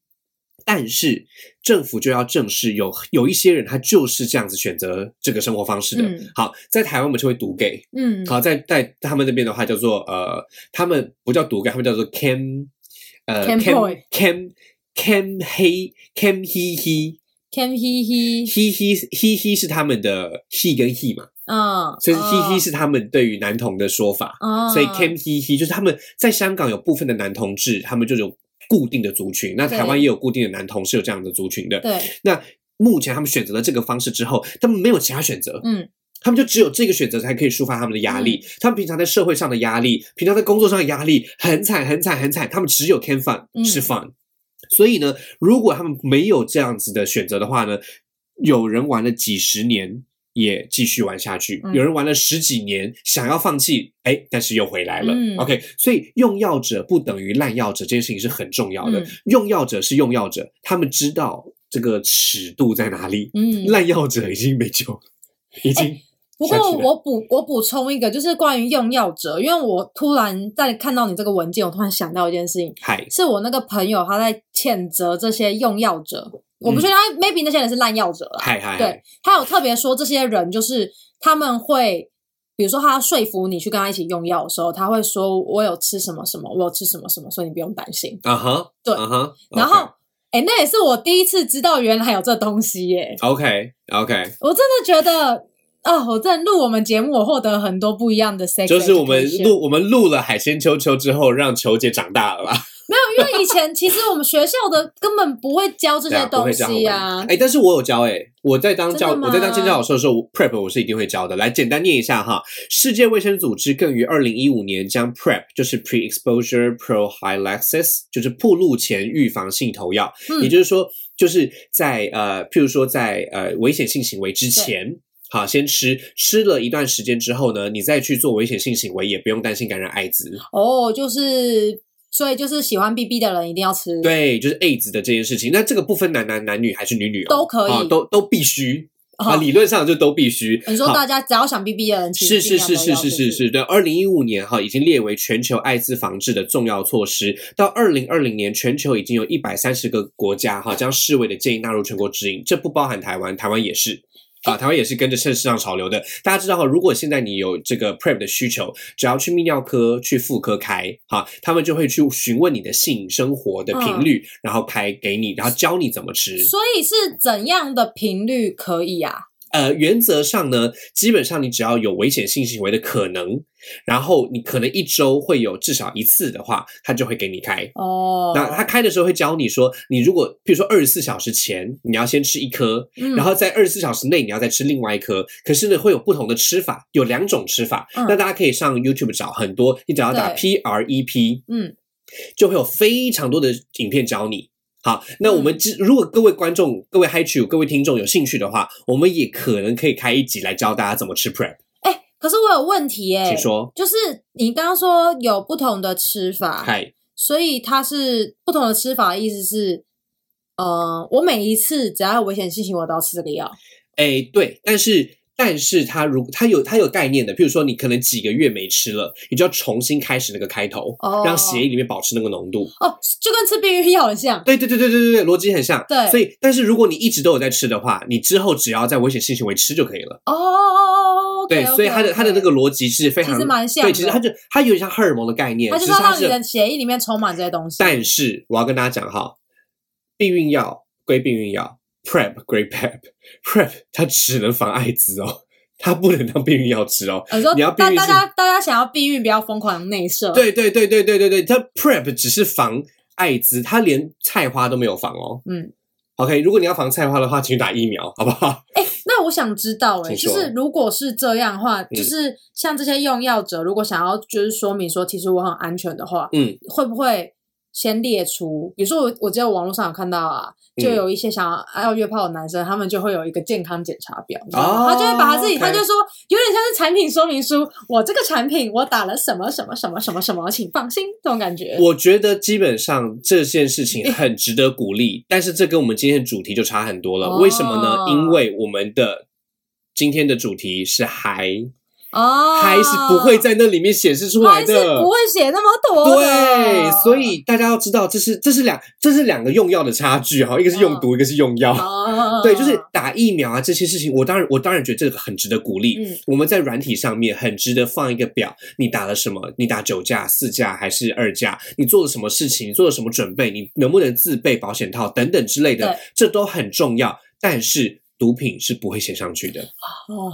A: 但是政府就要正视有有一些人他就是这样子选择这个生活方式的。
B: 嗯
A: 好，在台湾我们称为毒 gay，
B: 嗯
A: 好，在在他们那边的话叫做呃，他们不叫毒 gay，他们叫做 cam，呃
B: Cam boy
A: cam cam 黑 cam 嘿嘿
B: ，Cam 嘻嘻，
A: 嘿嘿嘿嘿是他们的 he 跟 he 嘛，
B: 嗯，
A: 所以 he
B: 哦
A: he 是他们对于男童的说法。
B: 哦，
A: 所以 Cam He He 就是他们在香港有部分的男同志，他们就有固定的族群，那台湾
B: 对
A: 也有固定的男同是有这样的族群的。
B: 对，
A: 那目前他们选择了这个方式之后，他们没有其他选择，
B: 嗯
A: 他们就只有这个选择才可以抒发他们的压力。他们平常在社会上的压力，平常在工作上的压力很惨很惨很惨，他们只有 Can Fun、
B: 嗯
A: 是 Fun。所以呢，如果他们没有这样子的选择的话呢，有人玩了几十年。也继续玩下去，
B: 嗯
A: 有人玩了十几年，想要放弃，哎，但是又回来了。
B: 嗯
A: OK，所以用药者不等于滥药者，这件事情是很重要的。
B: 嗯
A: 用药者是用药者，他们知道这个尺度在哪里，
B: 嗯，
A: 滥药者已经没救了，已经、
B: 不
A: 下
B: 过
A: 去了
B: 我补我补充一个，就是关于用药者，因为我突然在看到你这个文件，我突然想到一件事情，
A: 嗨，
B: 是我那个朋友他在谴责这些用药者，我不确定他 maybe 那些人是滥药者啦，
A: 嗯嗨嗨，
B: 对，他有特别说这些人就是他们会。比如说，他说服你去跟他一起用药的时候，他会说：“我有吃什么什么，我有吃什么什么，所以你不用担心。
A: 啊哈，
B: 对
A: 啊哈，
B: 然后，哎、那也是我第一次知道原来有这东西耶、
A: OK OK，
B: 我真的觉得，哦，我在录我们节目，我获得很多不一样的 sex，
A: 就是我们
B: education
A: 录我们录了海鲜球球之后，让球姐长大了吧？
B: 没有，因为以前其实我们学校的根本不会教这
A: 对
B: 些
A: 啊不
B: 东
A: 会教
B: 西
A: 我
B: 啊
A: 们。哎，但是我有教哎，我在当
B: 真的
A: 教
B: 吗
A: 我在当监教老师的时候我，prep 我是一定会教的。来简单念一下哈，世界卫生组织更于二零一五年将 prep 就是 pre exposure prophylaxis 就是暴露前预防性投药，也
B: 嗯
A: 就是说，就是在呃，譬如说在呃危险性行为之前，好，先吃，吃了一段时间之后呢，你再去做危险性行为，也不用担心感染艾滋。
B: 哦，就是所以就是喜欢 BB 的人一定要吃，，
A: 对，就是艾滋的这件事情。那这个不分男男、男女还是女女、哦、
B: 都可以
A: 啊都都必须、啊，
B: 哦，
A: 理论上就都必须。
B: 你说
A: 好
B: 大家只要想 BB 的人，其
A: 是
B: 实
A: 是
B: 尽量
A: 是
B: 都
A: 是是
B: 要就是
A: 是，对，二零一五年哈已经列为全球艾滋防治的重要措施，到二零二零年，全球已经有一百三十个国家哈将世卫的建议纳入全国指引，这不包含台湾，台湾也是。啊，台湾也是跟着趁市场潮流的。大家知道哈，如果现在你有这个 PrEP 的需求，只要去泌尿科、去妇科开，哈，他们就会去询问你的性生活的频率，然后开给你，然后教你怎么吃。
B: 所以是怎样的频率可以啊？
A: 呃，原则上呢，基本上你只要有危险性行为的可能，然后你可能一周会有至少一次的话，他就会给你开。
B: 哦，
A: 那他开的时候会教你说，你如果比如说二十四小时前你要先吃一颗，
B: 嗯，
A: 然后在二十四小时内你要再吃另外一颗。可是呢，会有不同的吃法，有两种吃法。
B: 嗯
A: 那大家可以上 YouTube 找很多，你只要打
B: 对
A: P R E P，
B: 嗯，
A: 就会有非常多的影片教你。好，那我们
B: 嗯
A: 之、如果各位观众、各位嗨曲、各位听众有兴趣的话，我们也可能可以开一集来教大家怎么吃 prep，
B: 哎、可是我有问题耶、
A: 请说。
B: 就是你刚刚说有不同的吃法，
A: 嗨，
B: 所以它是不同的吃法，意思是，呃，我每一次只要有危险性行为，我都要吃这个药。
A: 哎，对，但是但是它如它有它有概念的，譬如说你可能几个月没吃了，你就要重新开始那个开头，
B: 哦
A: 让血液里面保持那个浓度。
B: 哦，就跟吃避孕药很像。
A: 对对对对对对对，逻辑很像。
B: 对
A: 所以但是如果你一直都有在吃的话，你之后只要在危险性行为吃就可以了。
B: 哦哦哦，
A: 对所以它的它的那个，逻辑是非
B: 其
A: 常
B: 实蛮像
A: 对，
B: 的
A: 其实它就它有点像荷尔蒙的概念，
B: 它就
A: 只
B: 是
A: 是
B: 要
A: 它
B: 让你
A: 是
B: 的血液里面充满这些东西。
A: 但是我要跟大家讲哈，避孕药归避孕药，prep 归 prep，prep 它只能防艾滋哦，它不能当避孕药吃哦。
B: 呃我说
A: 你要避
B: 大
A: 孕
B: 大
A: 是
B: 家大家想要避孕，不要疯狂内射。，
A: 对对对对对对对，它 prep 只是防艾滋，它连菜花都没有防哦。
B: 嗯。
A: OK，如果你要防菜花的话，请去打疫苗，好不好？
B: 那我想知道、欸，哎，
A: 请
B: 就
A: 说嗯
B: 是如果是这样的话，就是像这些用药者，如果想要就是说明说，其实我很安全的话，
A: 嗯，
B: 会不会先列出，比如说我我只有网络上有看到啊，就
A: 嗯
B: 有一些想要要约炮的男生，他们就会有一个健康检查表，你知道吗？
A: 哦
B: 他就会把他自己，
A: OK
B: 他就说有点像是产品说明书，我这个产品我打了什么什么什么什么什么，请放心，这种感觉。
A: 我觉得基本上这件事情很值得鼓 励，但是这跟我们今天的主题就差很多了。
B: 哦
A: 为什么呢？因为我们的今天的主题是嗨，
B: 哦，
A: 嗨是不会在那里面显示出来
B: 他是
A: 的
B: 不。会写那么多的，
A: 对，所以大家要知道，这是这是两这是两个用药的差距哈，一个是用毒，一个是用药。
B: 哦
A: 对，就是打疫苗啊这些事情，我当然我当然觉得这个很值得鼓励。
B: 嗯
A: 我们在软体上面很值得放一个表，你打了什么？你打九价、四价还是二价？你做了什么事情？你做了什么准备？你能不能自备保险套等等之类
B: 对
A: 的，这都很重要。但是毒品是不会写上去的。
B: 哦，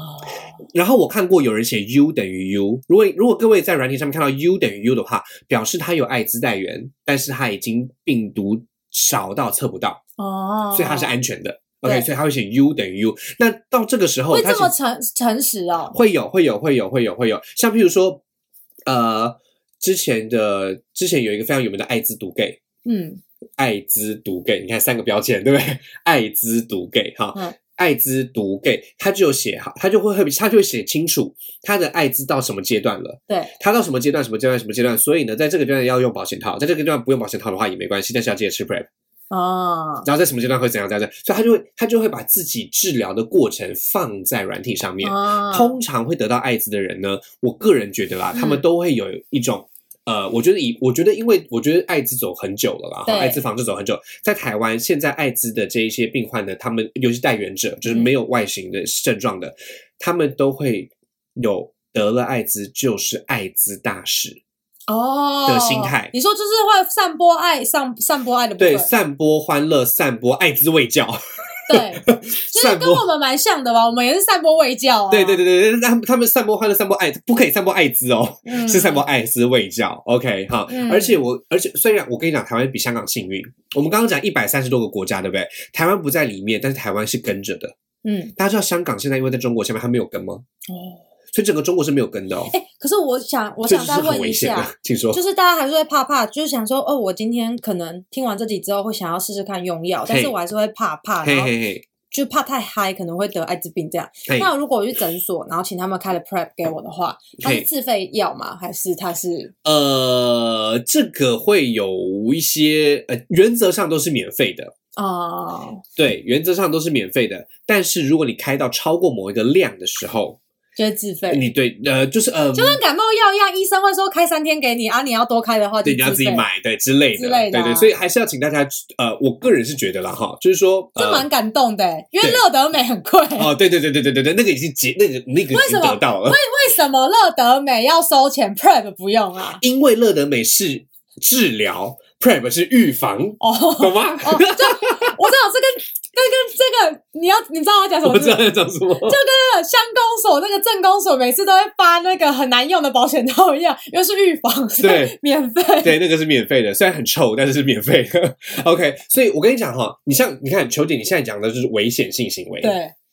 A: 然后我看过有人写 U 等于 U，如果如果各位在软体上面看到 U 等于 U 的话，表示他有艾滋带源，但是他已经病毒少到测不到，
B: 哦，
A: 所以它是安全的。
B: 对
A: OK，所以他会写 U 等于 U。那到这个时候，
B: 会
A: 它
B: 这么
A: 写
B: 诚诚实哦，
A: 会有会有会有会有会有，像譬如说，呃，之前的之前有一个非常有名的艾滋毒 gay，
B: 嗯，
A: 艾滋毒 gay，你看三个标签对不 对？艾滋毒 gay 哈，
B: 嗯
A: 艾滋毒 gay，他就有写好，他就会特别，他就会写清楚他的艾滋到什么阶段了，
B: 对，
A: 他到什么阶段，什么阶段，什么阶段。所以呢，在这个阶段要用保险套，在这个阶段不用保险套的话也没关系，但是要记得吃 prep。
B: 哦，
A: 然后在什么阶段会怎样怎样，怎样所以他就会他就会把自己治疗的过程放在软体上面。
B: 哦
A: 通常会得到艾滋的人呢，我个人觉得啦，
B: 嗯
A: 他们都会有一种。呃，我觉得以我觉得，因为我觉得艾滋走很久了啦，
B: 对
A: 哈艾滋防治走很久，在台湾现在艾滋的这一些病患呢，他们尤其带源者，就是
B: 嗯
A: 没有外形的症状的，他们都会有得了艾滋就是艾滋大使，
B: 哦
A: 的心态
B: 你说就是会散播爱，散散播爱的部
A: 对，
B: 分，
A: 散播欢乐，散播艾滋卫教，
B: 对，其实
A: 散
B: 跟
A: 播
B: 我们蛮像的吧，我们也是散播卫教、啊，
A: 对对对对，对他们他们散播欢乐，散播爱，不可以散播艾滋哦，
B: 嗯
A: 是散播艾滋卫教。OK 哈，
B: 嗯
A: 而且我而且虽然我跟你讲，台湾比香港幸运，我们刚刚讲一百三十多个国家，对不对？台湾不在里面，但是台湾是跟着的。
B: 嗯，
A: 大家知道香港现在因为在中国下面，它没有跟吗？
B: 哦，
A: 所以整个中国是没有跟的哦。
B: 哎，可是我想，我
A: 这
B: 想
A: 就是
B: 再
A: 很
B: 问一
A: 危险
B: 下。
A: 的，请说。
B: 就是大家还是会怕怕，就是想说，哦，我今天可能听完这集之后会想要试试看用药，但是我还是会怕怕，
A: 嘿
B: 然后
A: 嘿嘿
B: 就怕太嗨可能会得艾滋病这样。
A: 嘿，
B: 那如果我去诊所，然后请他们开了 Prep 给我的话，它是
A: 嘿
B: 自费药吗？还是它是
A: 呃，这个会有一些呃，原则上都是免费的，
B: 哦，
A: 对，原则上都是免费的。但是如果你开到超过某一个量的时候，
B: 就是自费？
A: 你对呃，就是呃，
B: 就跟感冒药一样，医生会说开三天给你啊，你要多开的话就
A: 对，你要
B: 自
A: 自己
B: 费。
A: 买，对之类的，
B: 之类的啊
A: 对对，所以还是要请大家，呃，我个人是觉得啦，哈，就是说，
B: 这蛮
A: 呃，
B: 感动的欸，因为
A: 对
B: 乐德美很贵。
A: 哦，对对对对对对对，那个已经结，那个那个
B: 为
A: 已
B: 什
A: 经
B: 么
A: 得到了，
B: 为什么乐德美要收钱，Prep 不用啊？
A: 因为乐德美是治疗，Prep 是预防，
B: 哦，
A: 懂吗？
B: 哦，就我知道这跟跟跟这个，你要你知道我要讲什 么？
A: 我
B: 就
A: 知道在讲什么，
B: 跟乡公所那个镇公所每次都会发那个很难用的保险套一样，又是预防，所以
A: 对
B: 免费。
A: 对，那个是免费的，虽然很臭，但是是免费的。OK，所以我跟你讲哈，你像你看球姐，你现在讲的就是危险性行为，，
B: 对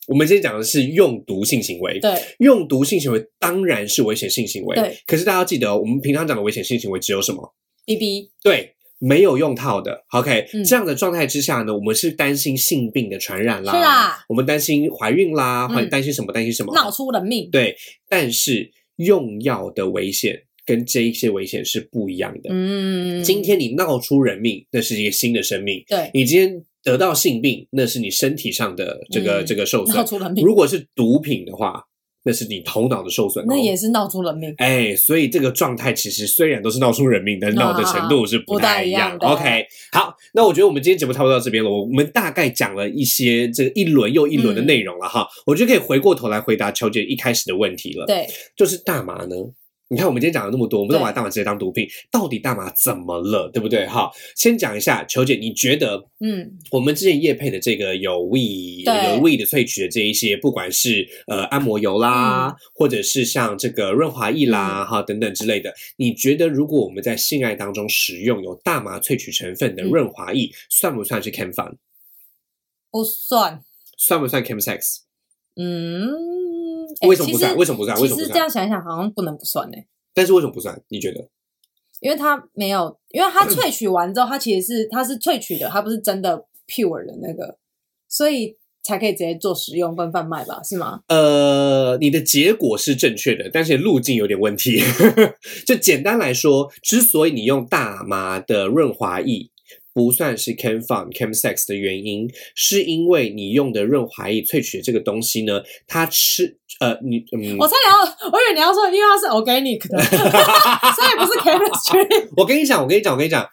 A: 我们今天讲的是用毒性行为，
B: 对，
A: 用毒性行为当然是危险性行为，
B: 对。
A: 可是大家要记得哦，我们平常讲的危险性行为只有什么？
B: B B
A: 对，没有用套的。OK，、
B: 嗯
A: 这样的状态之下呢，我们是担心性病的传染啦，
B: 是啦，
A: 我们担心怀孕啦，
B: 嗯
A: 或担心什么？担心什么？
B: 闹出人命。
A: 对，但是用药的危险跟这一些危险是不一样的。
B: 嗯，
A: 今天你闹出人命，那是一个新的生命；
B: 对
A: 你今天得到性病，那是你身体上的这个、
B: 嗯
A: 这个受损
B: 闹。出人命，
A: 如果是毒品的话，那是你头脑的受损、哦。
B: 那也是闹出人命。
A: 哎，所以这个状态其实虽然都是闹出人命，但闹的程度是
B: 不太
A: 太
B: 一样
A: 样。
B: 的
A: OK，好，那我觉得我们今天节目差不多到这边了。我们大概讲了一些这个一轮又一轮的内容了哈，我觉得可以回过头来回答乔姐一开始的问题了，
B: 对，
A: 就是大麻呢。你看，我们今天讲了那么多，我们都
B: 对
A: 把大麻直接当毒品，到底大麻怎么了，对不对？哈，先讲一下，球姐，你觉得
B: 嗯，
A: 我们之前夜配的这个有 we
B: 对
A: 有 we 的萃取的这一些，不管是呃按摩油
B: 嗯
A: 啦，或者是像这个润滑液啦、哈等等之类的，你觉得如果我们在性爱当中使用有大麻萃取成分的
B: 嗯
A: 润滑液，算不算是 cam fun？
B: 不算。
A: 算不算 cam sex？、
B: 嗯，哎
A: 为什么不算？
B: 其实
A: 为什么不算？为什
B: 其
A: 么不
B: 实这样
A: 算？
B: 想一想，好像不能不算呢。
A: 但是为什么不算？你觉得？
B: 欸因为它没有，因为它萃取完之后，它其实是它是萃取的，它不是真的 pure 的那个，所以才可以直接做食用跟贩卖吧？是吗？
A: 呃，你的结果是正确的，但是路径有点问题。 就简单来说，之所以你用大麻的润滑液不算是 cam farm cam sex 的原因，是因为你用的润滑液萃取的这个东西呢，它吃呃你嗯，
B: 我差点要，我以为你要说，因为它是 organic 的， 所以不是 chemistry
A: 我跟你讲，我跟你讲，我跟你讲，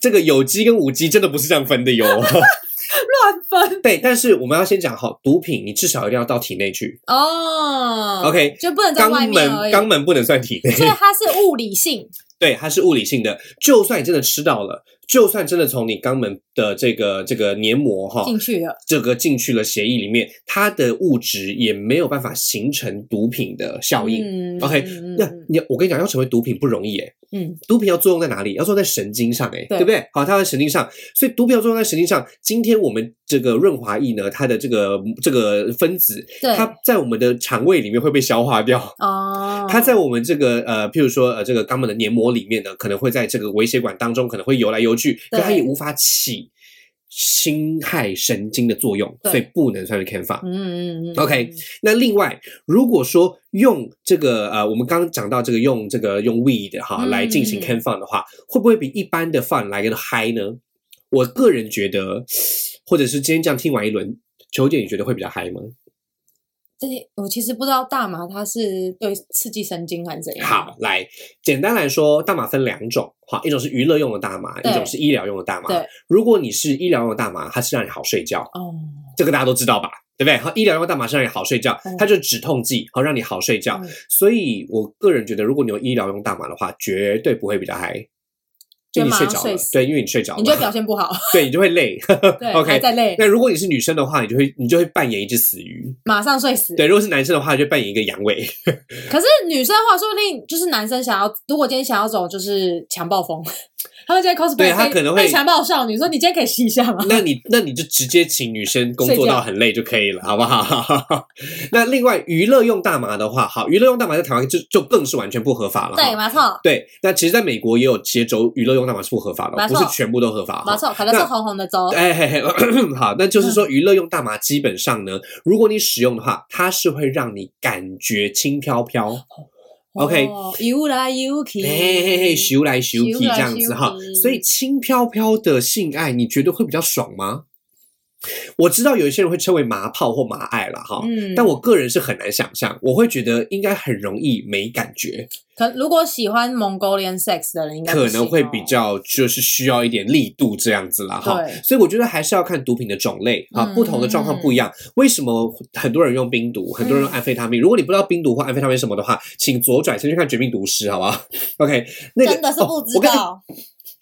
A: 这个有机跟无机真的不是这样分的哟。
B: 乱分
A: 对，但是我们要先讲好，毒品你至少一定要到体内去，
B: 哦。
A: OK，
B: 就不能在
A: 肛
B: 外面
A: 门
B: 而已，
A: 肛门不能算体内。
B: 所以它是物理性。
A: 对，它是物理性的。就算你真的吃到了，就算真的从你肛门的这个这个黏膜哈，
B: 进去了，
A: 这个进去了血液里面，它的物质也没有办法形成毒品的效应。
B: 嗯
A: OK，
B: 嗯
A: 那你我跟你讲，要成为毒品不容易诶，
B: 嗯，
A: 毒品要作用在哪里？要作用在神经上诶，
B: 对
A: 不对？好，它在神经上，所以毒品要作用在神经上。今天我们这个润滑液呢，它的这个这个分子，
B: 对，
A: 它在我们的肠胃里面会被消化掉。
B: 哦，
A: 它在我们这个呃，譬如说呃，这个肛门的黏膜里面呢，可能会在这个微血管当中可能会游来游去，可
B: 对
A: 它也无法起侵害神经的作用，
B: 对
A: 所以不能算是 can 法。
B: 嗯，嗯嗯嗯
A: OK 那另外，如果说用这个呃，我们刚刚讲到这个用这个用 weed 哈
B: 嗯
A: 来进行
B: 嗯
A: can fun 的话，会不会比一般的 fun 来的嗨呢？我个人觉得，或者是今天这样听完一轮，球姐你觉得会比较嗨吗？
B: 这些我其实不知道大麻它是对刺激神经还是怎样。
A: 好，，来，简单来说，大麻分两种，好，一种是娱乐用的大麻，
B: 对
A: 一种是医疗用的大麻。
B: 对，
A: 如果你是医疗用的大麻，它是让你好睡觉，
B: 哦，
A: 这个大家都知道吧？对不对？好，医疗用的大麻是让你好睡觉
B: 嗯，
A: 它就是止痛剂，好让你好睡觉。
B: 嗯
A: 所以我个人觉得，如果你用医疗用大麻的话，绝对不会比较嗨。就
B: 就
A: 你
B: 马
A: 睡
B: 上
A: 着
B: 睡
A: 了，
B: 死
A: 对，因为你睡着
B: 你就会
A: 了，
B: 表现不好，
A: 对，你就会 累。
B: 对
A: OK
B: 还在累，
A: 那如果你是女生的话，你就会你就会扮演一只死鱼；
B: 马上睡死。
A: 对，如果是男生的话，就扮演一个阳痿。
B: 可是女生的话，说不定就是男生想要，如果今天想要走就是强暴风，他们今天 cosplay
A: 对他
B: 被
A: 可能会
B: 被强暴少女，说你今天可以吸一下 吗？
A: 那你那你就直接请女生工
B: 睡
A: 作
B: 觉
A: 到很累就可以了，好不好？ 那另外娱乐用大麻的话，好，娱乐用大麻在台湾就就更是完全不合法了。
B: 对，
A: 哈
B: 没错，
A: 对，那其实在美国也有接州娱乐用大麻是不合法的，
B: 没
A: 不
B: 错
A: 是全部都合法。哈
B: 没错，可能是
A: 那
B: 红红的粥。
A: 哎嘿嘿， 好，那就是说娱乐用大麻基本上呢，如果你使用的话，它是会让你感觉轻飘飘。OK
B: 哦游来游去，
A: 嘿嘿嘿嘿，咻来咻
B: 咻
A: 去
B: 来
A: 这样子
B: 咻
A: 哈
B: 去，
A: 所以轻飘飘的性爱，你觉得会比较爽吗？我知道有一些人会称为麻炮或麻爱了哈，
B: 嗯
A: 哦但我个人是很难想象，我会觉得应该很容易没感觉，
B: 可如果喜欢 Mongolian sex 的人，应该不
A: 可能会
B: 行哦
A: 比较就是需要一点力度这样子啦哈
B: 对。
A: 所以我觉得还是要看毒品的种类啊，
B: 嗯
A: 不同的状况不一样。为什么很多人用冰毒，很多人用安非他
B: 嗯
A: 命？如果你不知道冰毒或安非他命是什么的话，请左转先去看《绝命毒师》，好不好？OK，那个
B: 真的是不
A: 哦
B: 知
A: 我跟你
B: 道。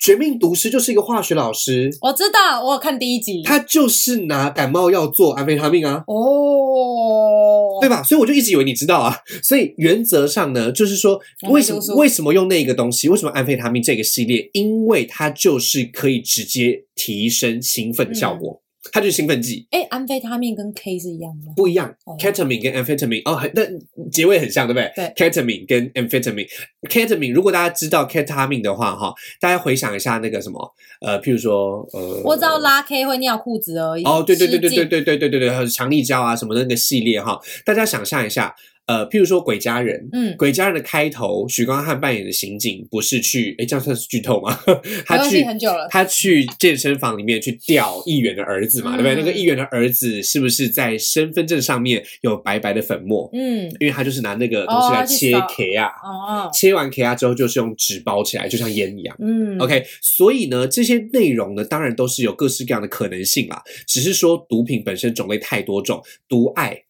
A: 绝命毒师就是一个化学老师，
B: 我知道，我有看第一集。
A: 他就是拿感冒药做安非他命啊，
B: 哦，
A: 对吧？所以我就一直以为你知道啊。所以原则上呢，就是说
B: 我没
A: 为什么
B: 读书
A: 为什么用那个东西？为什么安非他命这个系列？因为它就是可以直接提升兴奋的效
B: 嗯
A: 果，它就是兴奋剂。
B: 哎，安非他命跟 K 是一样吗？
A: 不一样
B: 哦
A: ，ketamine 跟 amphetamine 哦，很但结尾很像，对不对？对，ketamine 跟 amphetamine，ketamine 如果大家知道 ketamine 的话，哈，大家回想一下那个什么，呃，譬如说，呃，
B: 我只要拉 K 会尿裤子而已。
A: 哦，对对对对
B: 失禁
A: 对，对对对对对，还有强力胶啊什么的那个系列哈，大家想象一下，呃，譬如说《鬼家人》。
B: 嗯，
A: 鬼家人的开头，许光汉扮演的刑警不是去，诶，这样算是剧透吗？
B: 没
A: 他
B: 关系，
A: 去
B: 很久了。
A: 他去健身房里面去钓议员的儿子嘛，对不对？
B: 嗯
A: 那个议员的儿子是不是在身份证上面有白白的粉末？
B: 嗯，
A: 因为他就是拿那个东西
B: 哦
A: 来
B: 去
A: 切
B: 扫
A: K 啊，
B: 哦，
A: 切完 K 啊之后就是用纸包起来，就像烟一样。
B: 嗯
A: OK，所以呢，这些内容呢，当然都是有各式各样的可能性啦。只是说，毒品本身种类太多种，毒爱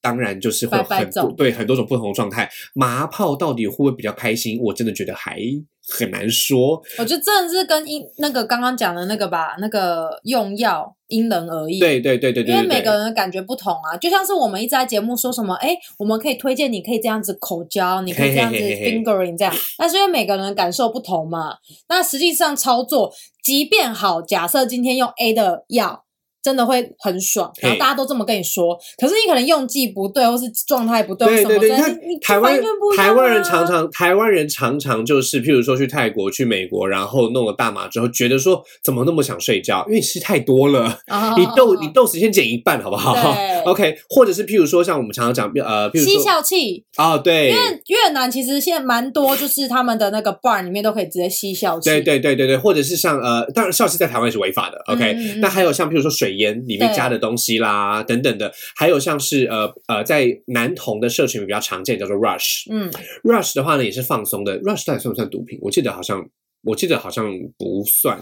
A: 当然就是会有
B: 百百
A: 很多
B: 种
A: 对很多种不同的状态。麻炮到底会不会比较开心？我真的觉得还很难说。
B: 我觉得真的是跟因那个刚刚讲的那个吧，那个用药因人而异。
A: 对对对对
B: 因为
A: 对
B: 每
A: 对
B: 个
A: 对。
B: 人的感觉不同啊，就像是我们一直在节目说什么，哎，我们可以推荐你可以这样子口交，你可以这样子
A: 嘿嘿嘿嘿嘿
B: fingering 这样，但是因为每个人的感受不同嘛，那实际上操作，即便好，假设今天用 A 的药，真的会很爽，
A: 嘿
B: 然后大家都这么跟你说，可是你可能用剂不对，或是状态不对，或
A: 对
B: 什么
A: 对
B: 之类
A: 对，
B: 的，
A: 你看
B: 你
A: 台湾
B: 完全不一样啊
A: 台湾人常常台湾人常常就是，譬如说去泰国、去美国，然后弄了大麻之后，觉得说怎么那么想睡觉，因为你吃太多了。
B: 啊
A: 你豆你豆豉先减一半，好不好
B: 对
A: ？OK，或者是譬如说像我们常常讲，呃，譬
B: 吸
A: 如说
B: 笑气，
A: 啊、对，
B: 因为越南其实现在蛮多，就是他们的那个 bar 里面都可以直接吸笑气，
A: 对对对对对，或者是像呃，当然笑气在台湾是违法的，OK、
B: 嗯嗯
A: 那还有像譬如说水烟里面
B: 对
A: 加的东西啦，等等的，还有像是呃呃，在男童的社群里比较常见叫做 rush，rush、
B: 嗯，
A: Rush 的话呢也是放松的，rush 到底算不算毒品？我记得好像我记得好像不算。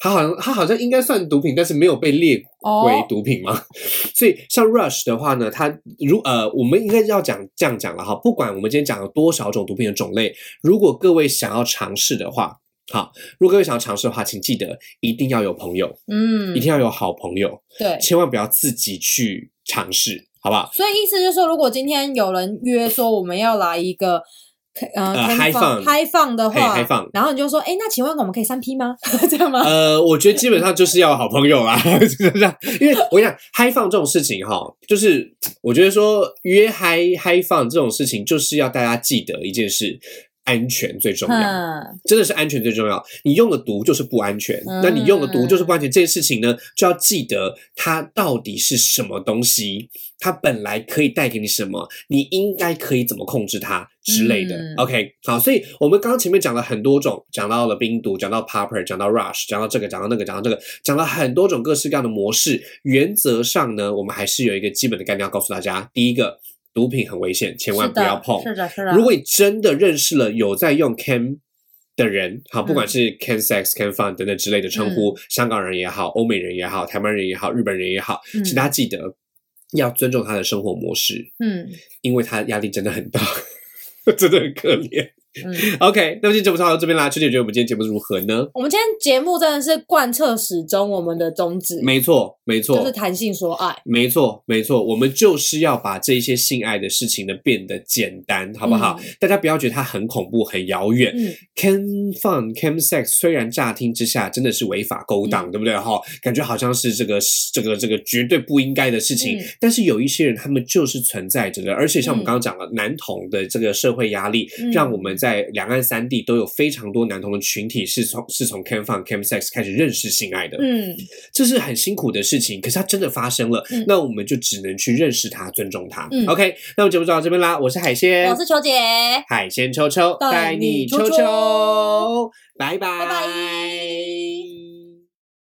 A: 它好像它好像应该算毒品，但是没有被列为
B: 哦，
A: 毒品吗？ 所以像 Rush 的话呢，它如呃，我们应该要讲这样讲了哈。不管我们今天讲了多少种毒品的种类，如果各位想要尝试的话，好，如果各位想要尝试的话，请记得一定要有朋友，
B: 嗯
A: 一，定要有好朋友，
B: 对。
A: 千万不要自己去尝试，好不好？
B: 所以意思就是说，如果今天有人约说我们要来一个。呃，
A: 呃嗨放
B: 嗨放的
A: 嘿
B: 话，
A: 嗨放
B: 然后你就说，哎，那请问我们可以三 P 吗？ 这样吗？
A: 呃，我觉得基本上就是要有好朋友啦， 就是这样。因为我跟你讲嗨放这种事情哈，就是我觉得说约嗨嗨放这种事情，就是要大家记得一件事。安全最重要，
B: 嗯，
A: 真的是安全最重要。你用的毒就是不安全，
B: 嗯
A: 那你用的毒就是不安全这件事情呢，就要记得它到底是什么东西，它本来可以带给你什么，你应该可以怎么控制它之类的。
B: 嗯
A: OK，好，所以我们刚刚前面讲了很多种，讲到了冰毒，讲到 popper，讲到 rush，讲到这个，讲到那个，讲到这个，讲了很多种各式各样的模式。原则上呢，我们还是有一个基本的概念要告诉大家：第一个，毒品很危险，千万
B: 是
A: 不
B: 的
A: 要碰。
B: 是的，是的。
A: 如果你真的认识了有在用 can 的人，好，不管
B: 嗯
A: 是 can sex、can fun 等等之类的称呼，香港人也好，欧美人也好，台湾人也好，日本人也好，
B: 嗯
A: 请大家记得要尊重他的生活模式，
B: 嗯
A: 因为他压力真的很大， 真的很可怜。
B: 嗯，
A: OK，那么今天节目就到这边啦。秋姐觉得我们今天节目如何呢？
B: 我们今天节目真的是贯彻始终我们的宗旨，
A: 没错，没错，
B: 就是弹性说爱，
A: 没错，没错，我们就是要把这些性爱的事情呢变得简单，好不好？大家不要觉得它很恐怖、很遥远。
B: 嗯，
A: Can fun, can sex，虽然乍听之下真的是违法勾
B: 嗯
A: 当，对不对哈？感觉好像是这个这个这个绝对不应该的事情，
B: 嗯
A: 但是有一些人他们就是存在着的，而且像我们
B: 嗯
A: 刚刚讲了，男童的这个社会压力，
B: 嗯
A: 让我们在两岸三地都有非常多男童的群体是从是从 can fun, can sex 开始认识性爱的，
B: 嗯，
A: 这是很辛苦的事情，可是它真的发生了，
B: 嗯
A: 那我们就只能去认识它，尊重它。
B: 嗯
A: OK，那我们节目就到这边啦，我是海鲜，
B: 我是球姐，
A: 海鲜秋秋，
B: 带
A: 带你
B: 你
A: 秋
B: 秋
A: 秋，拜拜，
B: 拜拜。